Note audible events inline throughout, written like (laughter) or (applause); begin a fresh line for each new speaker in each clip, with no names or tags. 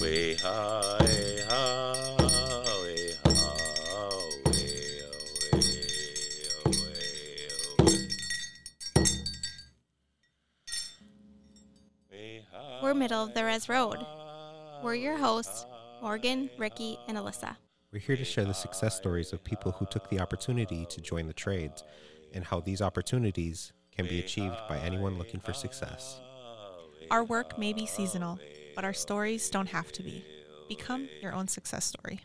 way ha, way ha, way ha, way, oh, way, oh, way, oh, way. Way ha,
We're middle of the
way
res road.
ha,
We're your
way
hosts,
ha,
Morgan,
way
Ricky, and Alyssa.
We're here to share the success stories of people who took the opportunity to join the trades and how these opportunities can be achieved by anyone looking for success.
Our work may be seasonal, but our stories don't have to be. Become your own success story.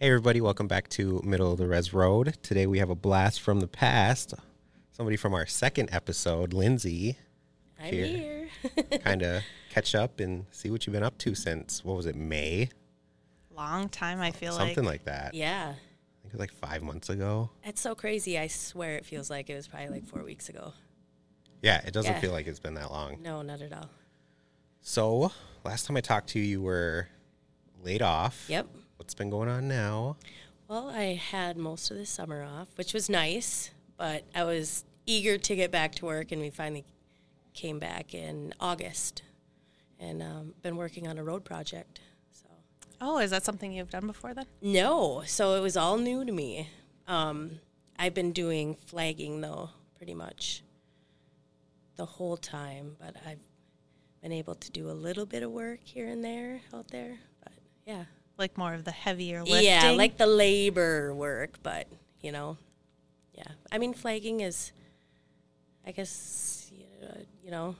Hey, everybody, welcome back to Middle of the Res Road. Today we have a blast from the past. Somebody from our second episode, Lindsay,
I'm
Here.
here. (laughs)
kind of catch up and see what you've been up to since, what was it, May?
Long time, I feel
Something
like.
like that.
yeah.
I think it was like five months ago.
That's so crazy. I swear it feels like it was probably like four weeks ago.
Yeah, it doesn't
Yeah.
feel like it's been that long.
No, not at all.
So, last time I talked to you, you were laid off.
Yep.
What's been going on now?
Well, I had most of the summer off, which was nice, but I was eager to get back to work, and we finally came back in August and um, been working on a road project. So,
oh, is that something you've done before then?
no, so it was all new to me. Um, I've been doing flagging, though, pretty much the whole time, but I've been able to do a little bit of work here and there out there. But yeah.
Like more of the heavier lifting.
Yeah, like the labor work, but you know, yeah. I mean, flagging is, I guess, you know, you know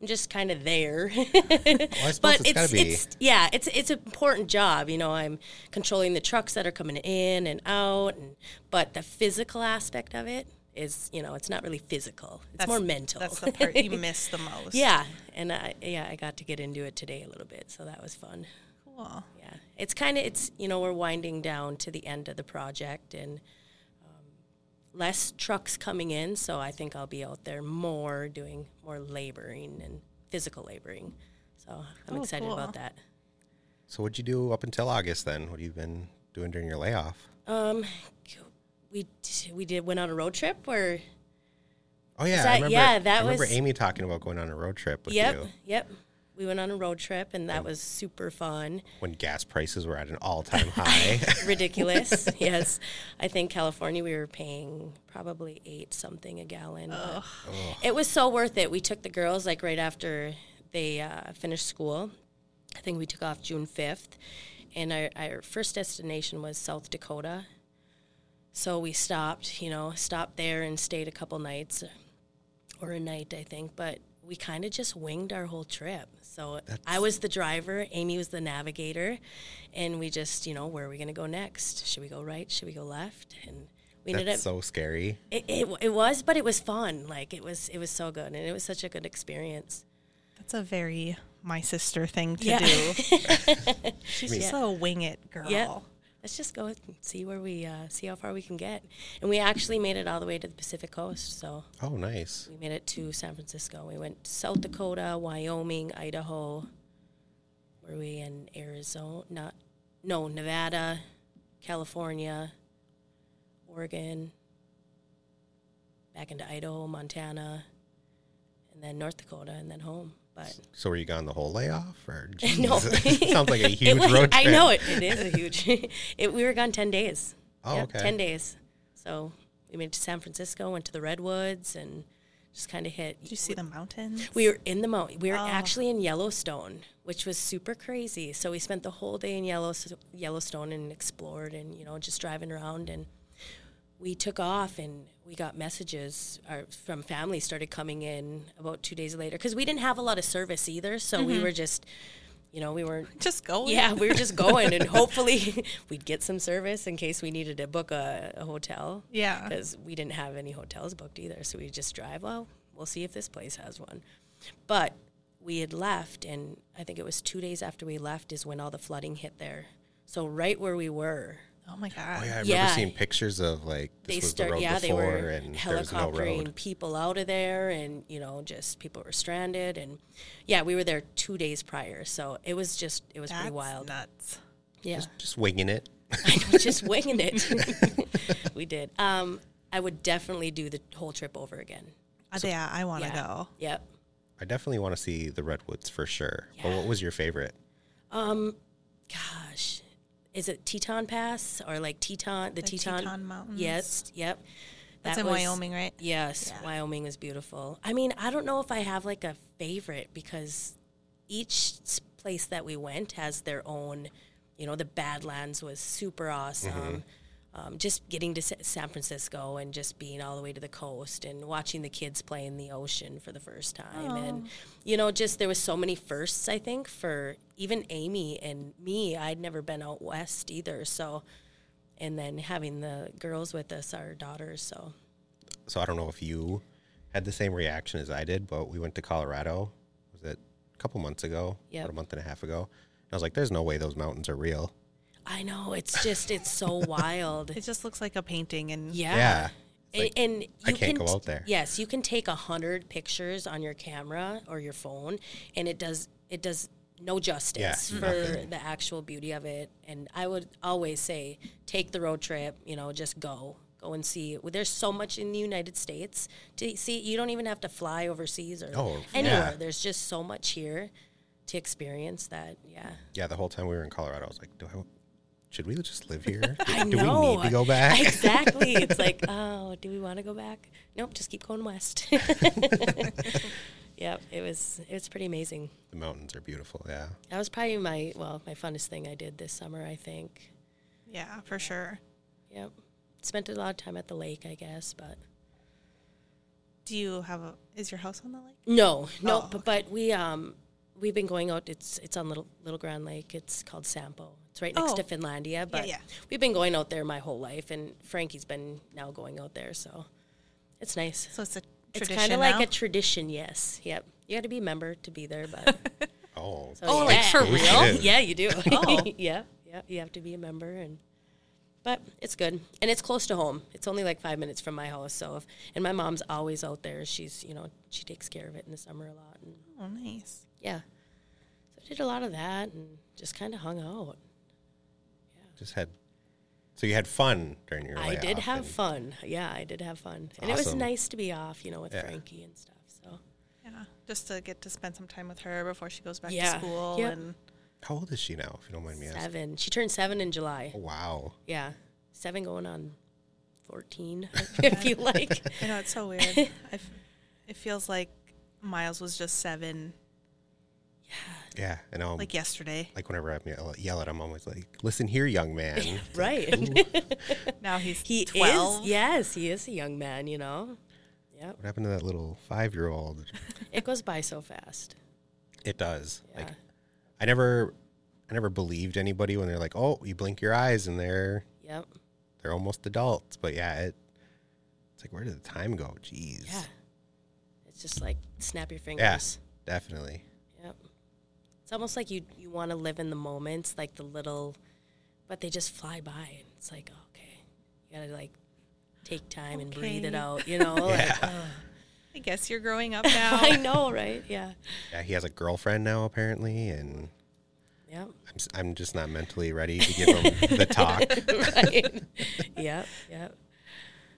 I'm just kind of there. (laughs)
Well, I suppose
but
it's gotta
it's,
be.
it's yeah, it's it's an important job. You know, I'm controlling the trucks that are coming in and out, and but the physical aspect of it is, you know, it's not really physical. It's
That's-
more mental.
That's the part
(laughs)
you miss the most.
yeah, and I yeah I got to get into it today a little bit, so that was fun.
Cool.
Yeah, it's kind of it's you know we're winding down to the end of the project and um, less trucks coming in, so I think I'll be out there more doing more laboring and physical laboring. So I'm
Oh,
excited
cool.
about that.
So, what'd you do up until August then? What have you been doing during your layoff?
Um, we d- we did went on a road trip where
Oh, yeah.
that-
I remember,
yeah, that
I remember
was-
Amy talking about going on a road trip with
yep
you
yep we went on a road trip and that was
(laughs)
super fun.
when gas prices were at an all
(laughs)
time high.
ridiculous. yes, I think California we were paying probably eight something a gallon. but It was so worth it. We took the girls like right after they uh, finished school. I think we took off June fifth, and our, our first destination was South Dakota. So we stopped, you know, stopped there and stayed a couple nights, or a night I think. But we kind of just winged our whole trip. So I was the driver, Amy was the navigator, and we just, you know, where are we going to go next? Should we go right? Should we go left? And we ended up
That's so scary.
it, it, it was, but it was fun. Like it was, it was so good, and it was such a good experience.
That's a very my sister thing to
(laughs) Yeah.
do. She's just a wing it girl.
Yeah, let's just go and see where we uh, see how far we can get. And we actually made it all the way to the Pacific Coast. So
Oh, nice.
we made it to San Francisco. We went South Dakota, Wyoming, Idaho. Were we in Arizona? Not, no, Nevada, California, Oregon. Back into Idaho, Montana, and then North Dakota, and then home. But
So, were you gone the whole layoff? Or
(laughs)
(laughs)
No.
Jeez. sounds like a
(laughs) It
huge
was-
road trip.
I know it, it is a huge. (laughs) it, we were gone ten days.
Oh, okay.
Ten days. So we made it to San Francisco, went to the redwoods, and just kind of hit.
Did you see the mountains?
We were in the mountain. We were
Oh.
actually in Yellowstone, which was super crazy. So we spent the whole day in Yellows- Yellowstone and explored, and you know, just driving around. And we took off, and we got messages our, from family started coming in about two days later because we didn't have a lot of service either. So we were just, you know, we weren't
just go.
yeah, we were just
(laughs)
going, and hopefully (laughs) we'd get some service in case we needed to book a, a hotel.
Yeah.
because we didn't have any hotels booked either, so we just drive. Well, we'll see if this place has one. But we had left, and I think it was two days after we left is when all the flooding hit there. So right where we were,
Oh my god.
Oh, yeah, I remember
Yeah.
seeing pictures of like this
they
was
start.
the road
yeah, they
before
were
and there was no
helicoptering
road.
people out of there, and you know, just people were stranded, and yeah, we were there two days prior, so it was just it was
That's
pretty wild.
nuts.
yeah,
Just winging it.
I (laughs) know, just winging it. (laughs) we did. Um, I would definitely do the whole trip over again.
Uh, yeah, I want to
Yeah.
go.
Yep.
I definitely want to see the redwoods for sure. But
Yeah.
what was your favorite?
Um, gosh, is it Teton Pass or like Teton? The,
The
Teton,
Teton Mountains.
Yes. Yep.
That's
That
in
was-
Wyoming, right?
Yes, Wyoming was beautiful. I mean, I don't know if I have like a favorite because each s- place that we went has their own. You know, the Badlands was super awesome. Um, just getting to Sa- San Francisco and just being all the way to the coast and watching the kids play in the ocean for the first time, and you know, just there was so many firsts. I think for even Amy and me, I'd never been out west either. So, and then having the girls with us, our daughters, so
So I don't know if you had the same reaction as I did, but we went to Colorado. Was it a couple months ago?
Yep.
About a month and a half ago. And I was like, there's no way those mountains are real.
I know. It's just it's so wild.
It just looks like a painting, and
Yeah.
Yeah.
And, and you
I can't
can,
go out there.
Yes, you can take a hundred pictures on your camera or your phone, and it does it does no justice
Yeah,
for
nothing.
the actual beauty of it. And I would always say, take the road trip. You know, just go. Go and see. Well, There's so much in the United States to see. You don't even have to fly overseas or
Oh,
anywhere.
yeah.
There's just so much here to experience that. Yeah.
Yeah, the whole time we were in Colorado, I was like, do I, should we just live here?
(laughs) I
do
know.
we need to go back?
(laughs) Exactly. It's like, oh, do we want to go back? Nope, just keep going west. (laughs) yep, it was it was pretty amazing.
the mountains are beautiful. Yeah.
That was probably my well, my funnest thing I did this summer, I think.
yeah, for sure.
Yep. Spent a lot of time at the lake, I guess, but
Do you have a? Is your house on the lake?
no, no,
Oh,
but, but we um we've been going out. It's it's on Little Little Grand Lake. It's called Sampo. It's right next
Oh.
to Finlandia, but
yeah.
we've been going out there my whole life, and Frankie's been now going out there, so it's nice.
So it's a
It's
tradition.
kind of like
now?
a tradition, yes. Yep. You had to be a member to be there, but
(laughs)
Oh,
oh,
like, for
real? Exclusive.
yeah, you do.
(laughs)
(laughs)
Oh.
yeah, yeah. You have to be a member, and but it's good, and it's close to home. It's only like five minutes from my house, so if, and my mom's always out there. She's you know she takes care of it in the summer a lot, and
Oh, nice.
yeah. So I did a lot of that, and just kind of hung out.
just had. So you had fun during your.
I did
layoff
have
and-
fun. Yeah, I did have fun, and it was
awesome.
nice to be off, you know, with
Yeah.
Frankie and stuff. So
Yeah, just to get to spend some time with her before she goes back to
Yeah.
school.
Yep.
And
How old is she now? If you don't mind me asking.
seven. She turned seven in July.
Oh, wow.
Yeah, seven going on
(laughs)
fourteen, (laughs) if you like.
I know it's so
(laughs)
weird. I f- it feels like Miles was just seven,
Yeah, and um, like,
like
(laughs)
yesterday.
whenever I yell, yell at him, I'm always like, "Listen here, young
(laughs)
man."
Right.
Now he's
he
twelve.
is. Yes, he is a young man. You know,
what happened to that little five-year-old?
it goes by so fast.
It does. Like,
Yeah.
I never, I never believed anybody when they're like, "Oh, you blink your eyes and they're
Yep.
they're almost adults." But yeah, it, it's like, where did the time go? Jeez.
Yeah. It's just like snap your fingers.
Yeah, definitely.
Yep. It's almost like you you want to live in the moments, like the little, but they just fly by. It's like okay, you gotta like take time and breathe it
Okay.
out.
(laughs)
You know. Like,
I guess you're growing up now.
(laughs) I know, right? Yeah.
Yeah, he has a girlfriend now apparently, and
Yep. (laughs)
I'm, s- I'm just not mentally ready to give him the talk. I
(laughs)
right. Yep. Yep.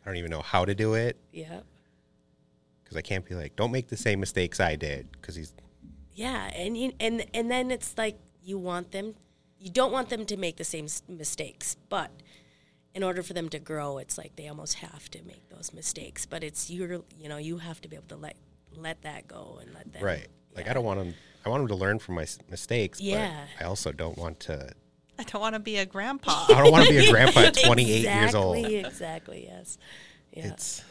don't even know how to do it
Yep.
because I can't be like, "Don't make the same mistakes I did," because he's
Yeah, and you, and and then it's like you want them, you don't want them to make the same s- mistakes, but in order for them to grow, it's like they almost have to make those mistakes. But it's your, you know, you have to be able to let let that go and let them.
Right. Like I don't want him. I want him to learn from my s- mistakes.
Yeah.
But I also don't want to.
I don't want to be a grandpa.
(laughs)
I don't want to be a grandpa at 28 years old.
Exactly. (laughs) Exactly. Yes. Yeah.
It's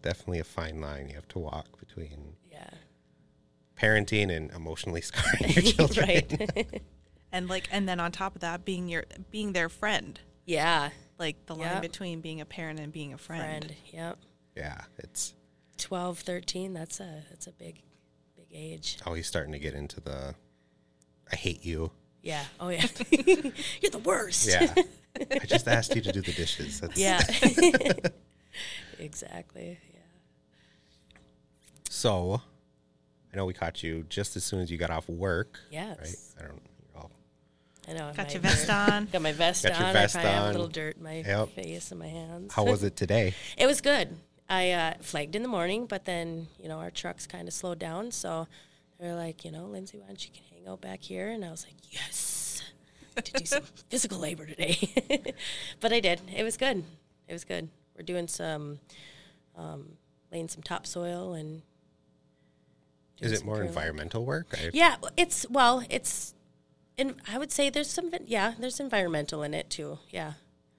definitely a fine line you have to walk between
yeah.
parenting and emotionally (laughs) scarring
(laughs)
your children.
Right.
and like, and then on top of that, being your being their friend,
yeah.
like the line
Yep.
between being a parent and being a friend.
Friend. Yep.
(laughs) Yeah. It's
12, 13, That's a that's a big, big age.
oh, he's starting to get into the. I hate
(laughs)
you.
Yeah. Oh
(laughs)
yeah. You're the worst.
Yeah. I just asked you to do the
(laughs)
dishes. That's,
Yeah.
(laughs)
exactly. Yeah.
So, I know we caught you just as soon as you got off work.
Yes.
Right. I don't. You're all
I know.
Got
my
your vest
dirt- (laughs)
on.
Got my vest
Got your
on.
vest
I probably have
on.
a little dirt in my
Yep.
face and my hands.
How was it today?
(laughs) It was good. Uh, I uh, flagged in the morning, but then you know our trucks kind of slowed down, so they're like, you know, Lindsay, why don't you can hang out back here? And I was like, yes, to
(laughs)
do some physical labor today. (laughs) but I did. It was good. It was good. We're doing some um, laying some topsoil and.
Is
doing
it
some
more
pruning.
environmental work? I,
Yeah, well, it's well, it's, and I would say there's some yeah, there's environmental in it too. Yeah,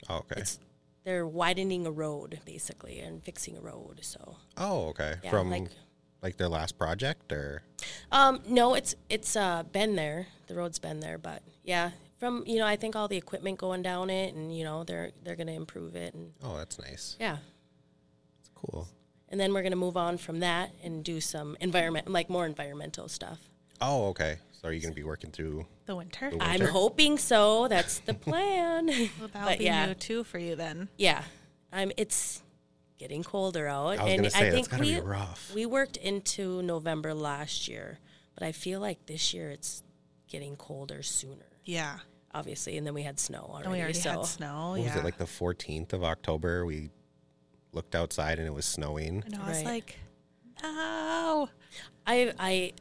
Oh, okay.
it's they're widening a road basically and fixing a road. So
Oh, okay.
yeah,
From like,
like-
their last project, or
um, no, it's it's uh, been there. The road's been there, but yeah, from you know I think all the equipment going down it, and you know they're they're gonna improve it, and
oh, that's nice.
yeah.
It's cool.
And then we're gonna move on from that and do some environment, like more environmental stuff.
Oh, okay. So are you going to be working through?
The winter.
The
I'm
Winter?
hoping so. That's the plan.
(laughs) Well, that'll
But
be
yeah.
new too for you then.
Yeah, I'm. It's getting colder out,
I was
and
going to say
I
that's
think
got to
we
be rough.
we worked into November last year, but I feel like this year it's getting colder sooner,
Yeah.
obviously. And then we had snow already,
And we already
so
had
Oh,
snow.
what
yeah.
was it like the 14th of October? We looked outside and it was snowing.
and I was
Right.
like, no.
I I.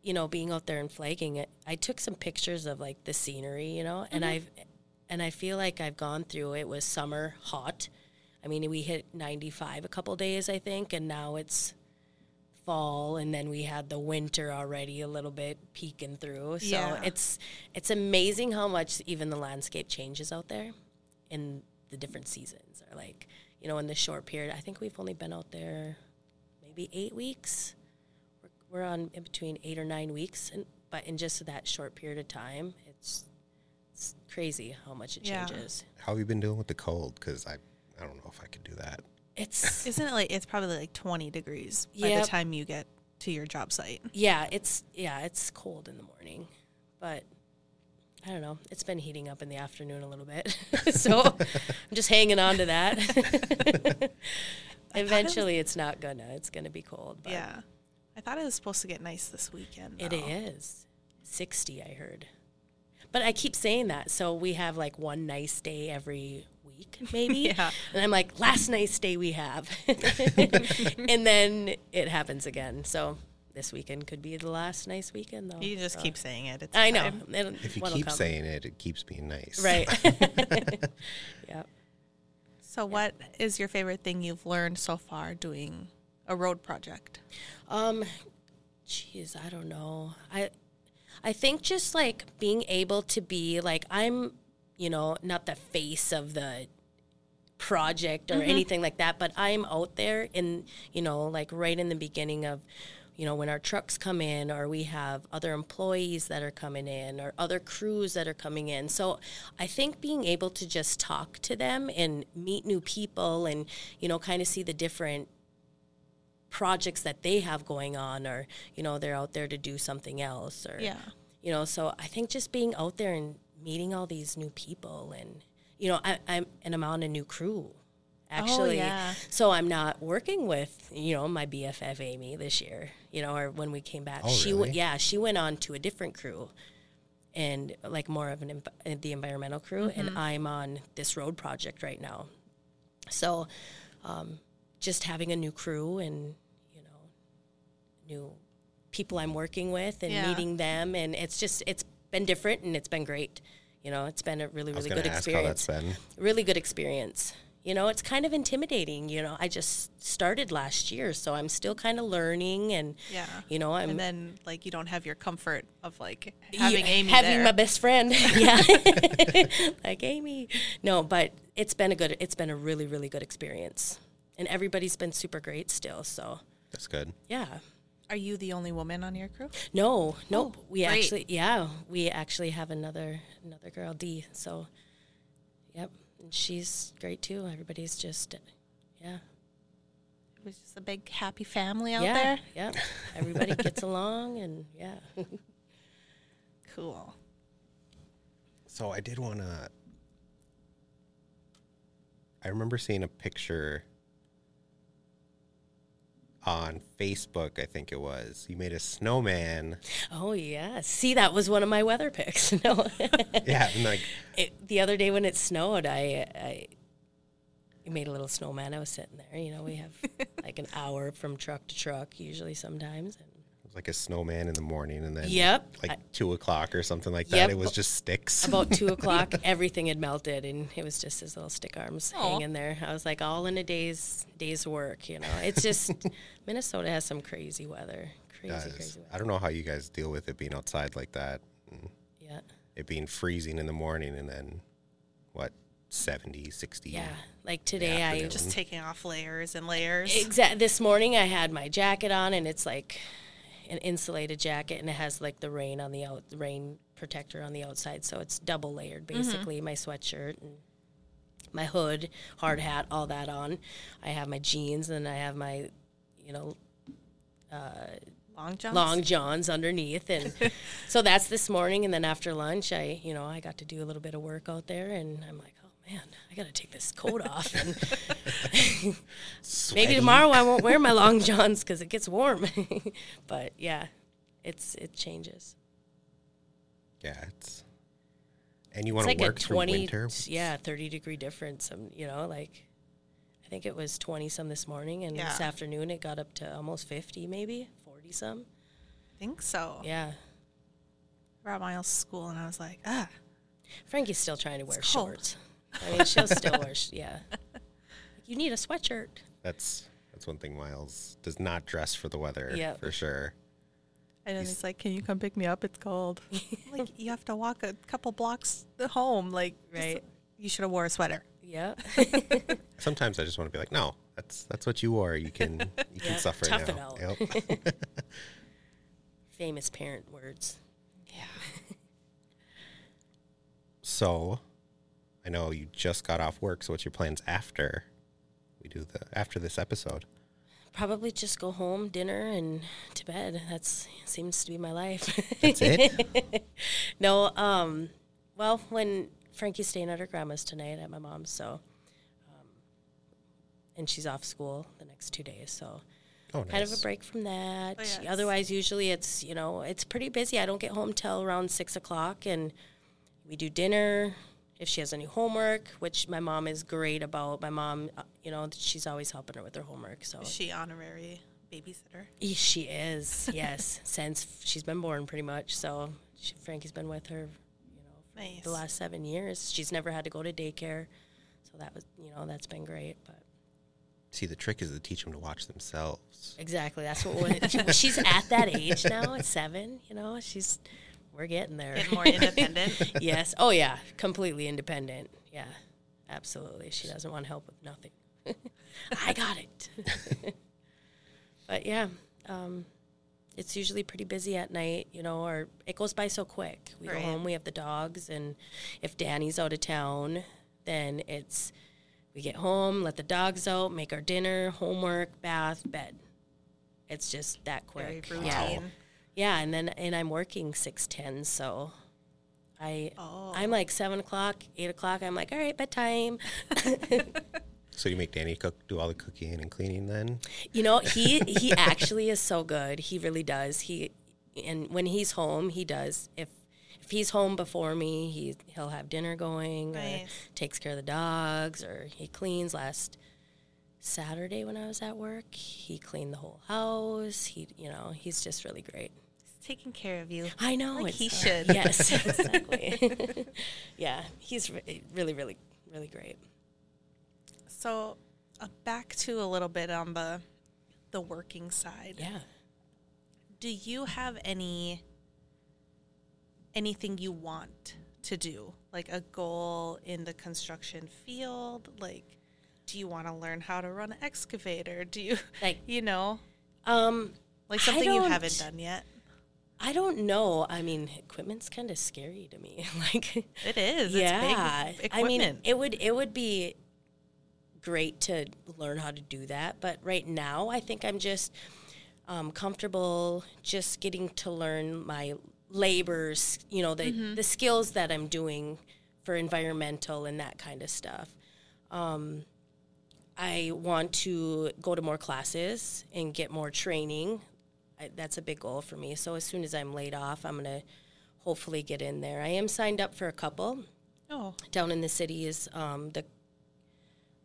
You know, being out there and flagging it, I took some pictures of like the scenery, you know, and I've, and I feel like I've gone through. It was summer, hot. I mean, we hit 95 a couple days, I think, and now it's fall and then we had the winter already a little bit peeking through so
Yeah.
it's it's amazing how much even the landscape changes out there in the different seasons or like you know in the short period i think we've only been out there maybe eight weeks we're, we're on in between eight or nine weeks and but in just that short period of time it's it's crazy how much it
Yeah.
changes
How have you been doing with the cold? Because I, I don't know if I could do that.
it's
Isn't it like it's probably like 20 degrees by
Yep.
the time you get to your job site?
Yeah, it's yeah, it's cold in the morning, but I don't know. It's been heating up in the afternoon a little bit, (laughs) so I'm just hanging on
(laughs)
to (laughs) that. Eventually, it's not gonna. It's gonna be cold. But
Yeah. I thought it was supposed to get nice this weekend.
it
though.
is sixty. I heard, but I keep saying that. So we have like one nice day every
(laughs)
week, maybe.
Yeah.
And I'm like, last nice day
(laughs)
we have, and then it happens again. So. This weekend could be the last nice weekend, though.
You just
so.
keep saying it. It's
I know.
fine.
It'll-
If you
one'll
keep
come.
saying it, it keeps being nice. (laughs)
(laughs)
right. (laughs) yeah.
So, what is your favorite thing you've learned so far doing a road project?
Um, jeez, I don't know. I, I think just like being able to be like I'm, you know, not the face of the project or anything like that, but I'm out there in, you know, like right in the beginning of, you know, when our trucks come in or we have other employees that are coming in or other crews that are coming in. So I think being able to just talk to them and meet new people and, you know, kind of see the different projects that they have going on or, you know, they're out there to do something else or
Yeah.
you know so i think just being out there and meeting all these new people and you know I, i'm and i'm on a new crew actually
Oh, yeah.
so i'm not working with you know my bff amy this year you know or when we came back
Oh,
she w-
really?
yeah she went on to a different crew and like more of an env- uh, the environmental crew
Mm-hmm.
and i'm on this road project right now so um, just having a new crew and you know new people i'm working with and
Yeah.
meeting them and it's just it's been different and it's been great you know it's been a really
I was going
really good
to ask how that's
experience
been.
really good experience you know it's kind of intimidating you know i just started last year so i'm still kind of learning and
Yeah.
you know i'm
and then, like, you don't have your comfort of like
you-
having Amy
having
there.
my best
(laughs)
friend (laughs) yeah like amy no but it's been a good it's been a really really good experience and everybody's been super great still so
That's good.
yeah
Are you the only woman on your crew?
No, nope. we
great.
actually, yeah, we actually have another another girl, D. So, yep, and she's great too. Everybody's just, yeah,
It was just a big happy family out
yeah,
there. (laughs)
yep. Everybody gets along, and yeah, (laughs)
Cool.
So I did want to. I remember seeing a picture on Facebook, I think it was. You made a snowman. (laughs)
oh yeah. See, that was one of my weather picks. (laughs) No,
yeah. And like,
it, the other day when it snowed, I, I, we made a little snowman. I was sitting there. You know,
(laughs)
we have like an hour from truck to truck usually sometimes. And
was like a snowman in the morning, and then
Yep.
like
I-
two o'clock or something like
Yep.
that. It was just sticks. (laughs)
about two o'clock, everything had melted, and it was just his little stick arms
Aw.
hanging there. I was like, all in a day's day's work. You know, it's just Minnesota has some crazy weather. Crazy,
Guys,
crazy weather.
I don't know how you guys deal with it being outside like that. and
Yeah.
It being freezing in the morning and then what 70, 60.
Yeah. Like today, I
afternoon.
Just taking off layers and layers.
Exact. This morning, I had my jacket on, and it's like an insulated jacket, and it has like the rain on the out rain protector on the outside, so it's double layered basically. My sweatshirt and my hood, hard hat, all that on. I have my jeans, and I have my you know
Long jumps.
long johns underneath and so that's this morning and then after lunch i you know i got to do a little bit of work out there and i'm like oh man i gotta take this coat off and maybe tomorrow i won't wear my long johns because it gets warm (laughs) but yeah it's it changes
Yeah. It's, and you
it's
want to
like
work
a
through
20
winter?
yeah 30 degree difference um, you know like i think it was 20 some this morning and this
Yeah.
afternoon it got up to almost 50 maybe 40 some
I think so.
yeah
We're at Miles' school, and I was like, ah,
Frankie's still trying to wear
cold.
shorts. I mean, she'll still wear, sh-
(laughs)
yeah. You need a sweatshirt.
That's that's one thing Miles does not dress for the weather
Yep.
for sure.
And then he's like, "Can you come pick me up? It's
(laughs)
cold." I'm like you have to walk a couple blocks home. Like, just-
Right.
you should have wore a sweater.
Yeah.
Sometimes I just want to be like, no, that's that's what you wore. You can
(laughs)
you can
Yep,
suffer
tough it
now.
out.
Yep.
(laughs) Famous parent words.
So, I know you just got off work. So, what's your plans after we do the after this episode?
Probably just go home, dinner, and to bed. That's seems to be my life.
That's it.
(laughs) no, um, well, when Frankie's staying at her grandma's tonight at my mom's, so, um, and she's off school the next two days, so.
Oh, nice.
kind of a break from that.
Oh, yeah, it's-
Otherwise, usually it's you know it's pretty busy. I don't get home till around six o'clock, and we do dinner. If she has any homework, which my mom is great about, my mom, uh, you know, she's always helping her with her homework. So
Is she honorary babysitter?
Y- (laughs) she is, yes, since f- she's been born, pretty much. So she, Frankie's been with her
Nice.
the last seven years. She's never had to go to daycare, so that was you know that's been great. But
See, the trick is to teach them to watch themselves.
Exactly. That's what we she's at that age now at seven. You know, she's we're getting there.
Get
(laughs)
more independent.
yes. Oh yeah. Completely independent. Yeah. Absolutely. She doesn't want help with nothing. (laughs) I got it. (laughs) but yeah, um, it's usually pretty busy at night. You know, or it goes by so quick. We
Right.
go home. We have the dogs, and if Danny's out of town, then it's we get home, let the dogs out, make our dinner, homework, bath, bed. It's just that
Very
quick.
routine.
Yeah. Yeah, and then and I'm working six ten, so I I'm like seven o'clock, eight o'clock. I'm like, all right, bedtime. (laughs)
So, you make Danny cook, do all the cooking and cleaning then?
You know, he he actually is so good. He really does. He and when he's home, he does. If if he's home before me, he he'll have dinner going, or
Nice.
takes care of the dogs, or he cleans. Last Saturday when I was at work, he cleaned the whole house. He you know he's just really great.
He's taking care of you.
I know
Like
it's-
he should. (laughs)
Yes, exactly. (laughs) yeah, he's re- really, really, really great.
So, uh, back to a little bit on the the working side.
Yeah.
Do you have any anything you want to do? Like a goal in the construction field? Like do you want to learn how to run an excavator? Do you
Like-
you know,
Um,
like
I
something you
don't-
haven't done yet?
I don't know. I mean, equipment's kind of scary to me. (laughs) like,
It is.
yeah,
It's big
I
equipment.
mean, it would it would be great to learn how to do that, but right now, I think I'm just um, comfortable just getting to learn my labors. You know, the
Mm-hmm.
the skills that I'm doing for environmental and that kind of stuff. Um, I want to go to more classes and get more training. I, that's a big goal for me. So as soon as I'm laid off, I'm gonna hopefully get in there. I am signed up for a couple
oh,
down in the city. Is um, the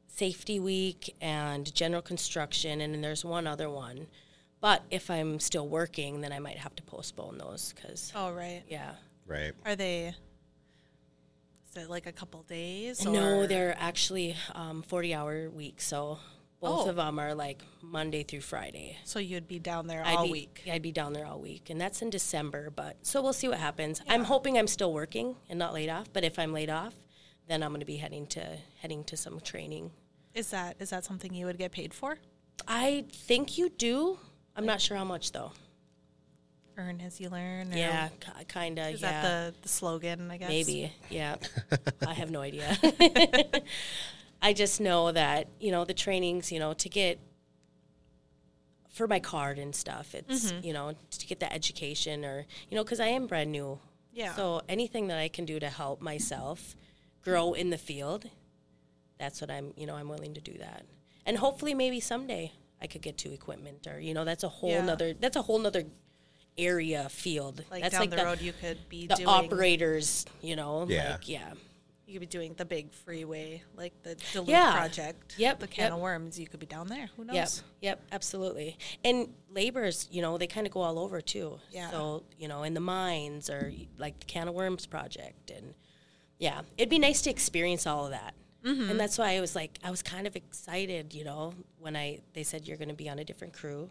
Safety Week and General Construction, and then there's one other one. But if I'm still working, then I might have to postpone those because,
Oh, right.
yeah.
Right.
Are they? Is it like a couple days?
no,
or-
they're actually um, 40 hour weeks. So both
Oh.
of them are like Monday through Friday.
So you'd be down there
I'd
all
be,
week.
I'd be down there all week, and that's in December. But so we'll see what happens. I'm hoping I'm still working and not laid off. But if I'm laid off, then I'm going to be heading to heading to some training.
Is that is that something you would get paid for?
I think you do. I'm not sure how much though.
Earn as you learn. Or
Yeah, k- kind of.
Is
Yeah,
that the, the slogan? I guess.
maybe.
(laughs)
Yeah, I have no idea. (laughs) I just know that you know the trainings. You know to get for my card and stuff. It's
Mm-hmm.
you know to get the education or you know because I am brand new
Yeah.
So anything that I can do to help myself grow in the field, that's what I'm, you know, I'm willing to do that. And hopefully maybe someday I could get to equipment or, you know, that's a whole
Yeah.
nother, that's a whole nother area field.
like
that's
down
like
the,
the,
road, you could be
the
doing.
operators, you know,
Yeah.
like, yeah.
You could be doing the big freeway, like the Duluth
Yeah.
project.
Yep,
The can
yep.
of worms. You could be down there. Who knows?
Yep. Yep. Absolutely. And laborers, you know, they kind of go all over too.
Yeah.
So, you know, in the mines or like the Can of Worms project. And yeah, it'd be nice to experience all of that.
Mm-hmm.
And that's why I was like, I was kind of excited, you know, when I, they said you're going to be on a different crew.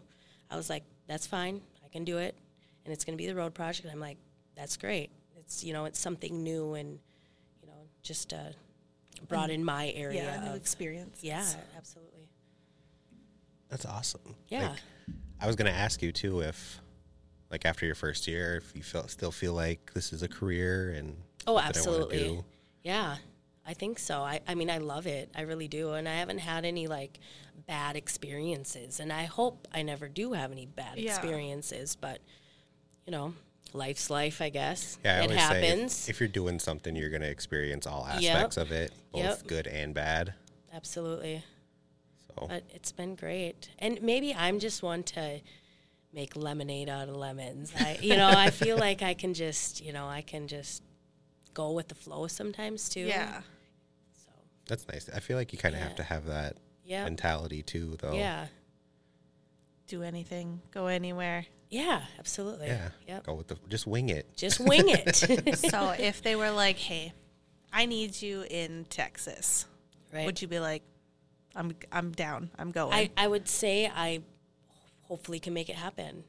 I was like, that's fine. I can do it. And it's going to be the road project. I'm like, that's great. It's, you know, it's something new and, you know, just uh, brought in my area.
Yeah. New
of-
experience.
uh, yeah absolutely.
That's awesome.
Yeah.
Like, I was gonna ask you too if, like, after your first year, if you felt still feel like this is a career and
Oh,
something I wanna
absolutely.
do.
Yeah, I think so. I, I mean, I love it. I really do. And I haven't had any like bad experiences. And I hope I never do have any bad
Yeah.
experiences. But, you know, life's life, I guess.
Yeah, I
it
always
happens.
say if, if you're doing something, you're gonna experience all aspects of it, both
Yep.
good and bad.
Absolutely.
So
But it's been great. And maybe I'm just one to make lemonade out of lemons.
(laughs)
I, you know, I feel like I can just, you know, I can just go with the flow sometimes too.
Yeah.
So,
that's nice. I feel like you kind of have to have that
yeah.
mentality too, though.
Yeah.
Do anything. Go
(laughs)
anywhere.
Yeah, absolutely.
Yeah.
Yep.
Go with the just wing it.
Just wing it.
(laughs)
so if they were like, "Hey, I need you in Texas,"
right.
would you be like, "I'm I'm down. I'm going."
I, I would say I hopefully can make it happen.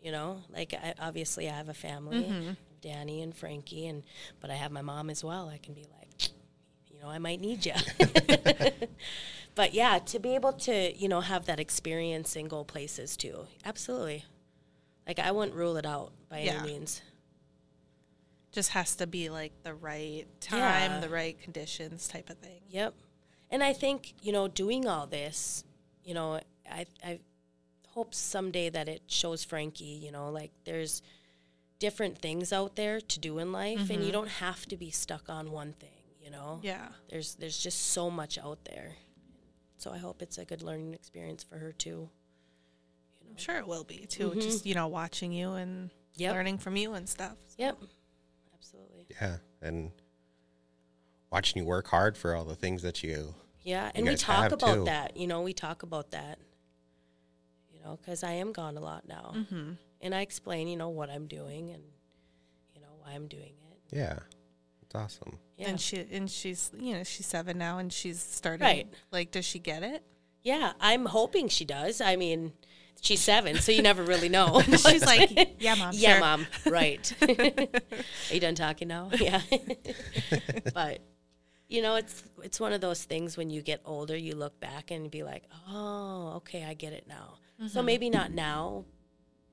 You know, like I, obviously I have a family,
Mm-hmm.
Danny and Frankie, and but I have my mom as well. I can be like, you know, I might need you.
(laughs)
but yeah, to be able to you know have that experience and go places too, absolutely. Like I wouldn't rule it out by
Yeah.
any means.
Just has to be like the right time,
Yeah.
the right conditions, type of thing.
Yep. And I think, you know, doing all this, you know, I I hope someday that it shows Frankie, you know, like there's different things out there to do in life and you don't have to be stuck on one thing, you know.
Yeah.
There's there's just so much out there. So I hope it's a good learning experience for her too.
I'm sure it will be too. Just you know, watching you and
Mm-hmm. Yep.
learning from you and stuff.
Yep. Absolutely.
Yeah, and watching you work hard for all the things that you.
Yeah, and we
guys
talk
have,
about
too.
that. You know, we talk about that. You know, because I am gone a lot now, mm-hmm. and I explain, you know, what I'm doing and you know why I'm doing it.
Yeah, it's awesome.
Yeah,
And she and she's you know she's seven now and she's starting.
Right.
Like, does she get it?
yeah. I'm hoping she does. I mean, she's seven, so you never really know.
(laughs) She's like, yeah, mom.
yeah,
sure."
mom.
(laughs)
Right. Are you done talking now? Yeah. but you know, it's it's one of those things when you get older, you look back and be like, "Oh, okay, I get it now." So
Mm-hmm.
maybe not now,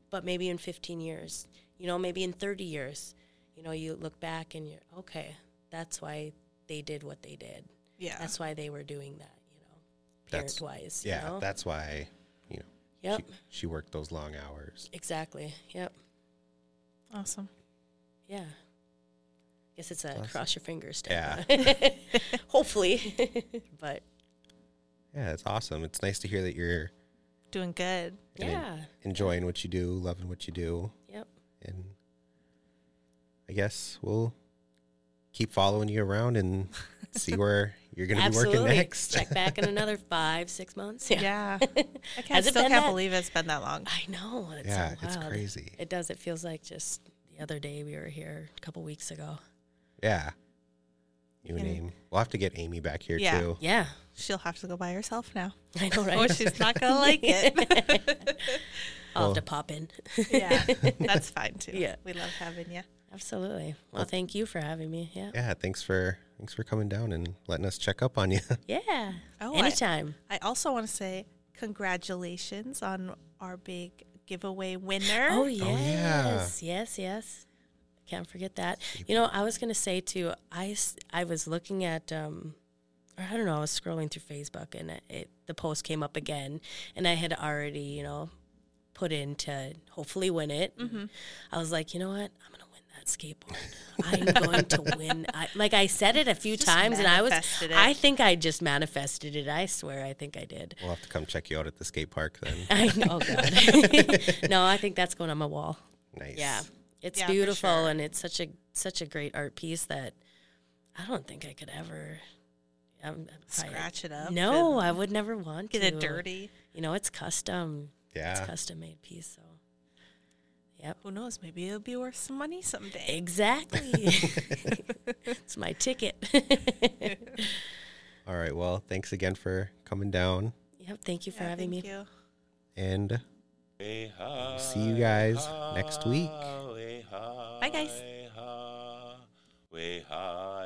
but maybe in 15 years. You know, maybe in 30 years. You know, you look back and you're, "Okay, that's why they did what they did.
Yeah.
That's why they were doing that." You know,
That's-
parent-wise.
Yeah,
You know?
that's why you know
Yep.
she, she worked those long hours.
Exactly. Yep.
awesome.
Yeah. Guess it's a
Awesome.
cross your fingers. Type
Yeah.
yeah. (laughs) Hopefully, (laughs) but
Yeah, it's awesome. It's nice to hear that you're
Doing good.
en-
yeah.
enjoying what you do, loving what you do,
Yep.
and I guess we'll keep following you around and
(laughs)
see where you're going to be
Absolutely.
working next.
Check
(laughs)
back in another five, six months. Yeah. (laughs)
Yeah. I can't,
Has it
still
been
can't
that-
believe it's been that long.
I know. It's so
Yeah, it's
wild.
crazy.
It does. It feels like just the other day we were here a couple weeks ago.
Yeah. New
Yeah.
name. We'll have to get Amy back here
Yeah.
too.
Yeah. (laughs)
She'll have to go by herself now.
I know, right?
Or she's not going to like it.
(laughs) I'll
Well-
have to pop in.
yeah. (laughs) That's fine too.
Yeah.
We love having you.
(laughs) Absolutely. Well, thank you for having me. Yeah.
Yeah, thanks for thanks for coming down and letting us check up on you. (laughs)
Yeah.
Oh, I-
Anytime.
I also want to say congratulations on our big giveaway winner.
Oh
yeah.
yes, yes, yes. Can't forget that. You know, I was gonna say too. I s- I was looking at um, or I don't know. I was scrolling through Facebook and it, it the post came up again, and I had already you know put in to hopefully win it.
Mm-hmm.
I was like, you know what, I'm gonna win that skateboard.
(laughs)
I'm going to win. I, like I said it a few
Just
times, and I was.
manifested it.
I think I just manifested it. I swear, I think I did. (laughs)
We'll have to come check you out at the skate park then.
I
(laughs)
know. Oh God. (laughs) no, I think that's going on my wall.
Nice.
Yeah, it's
Yeah, for
beautiful,
sure.
and it's such a such a great art piece that I don't think I could ever um, probably-
Scratch it up.
No,
and
I would never want
Get
to.
it dirty.
You know, it's custom. It's
Yeah.
custom made piece. So, yep,
Who knows? Maybe it'll be worth some money someday.
exactly.
(laughs)
it's my ticket. (laughs)
All right. Well, thanks again for coming down
yep. Thank you for
Yeah,
having me.
thank you.
and
We'll
see you guys next week.
Bye, guys.
We ha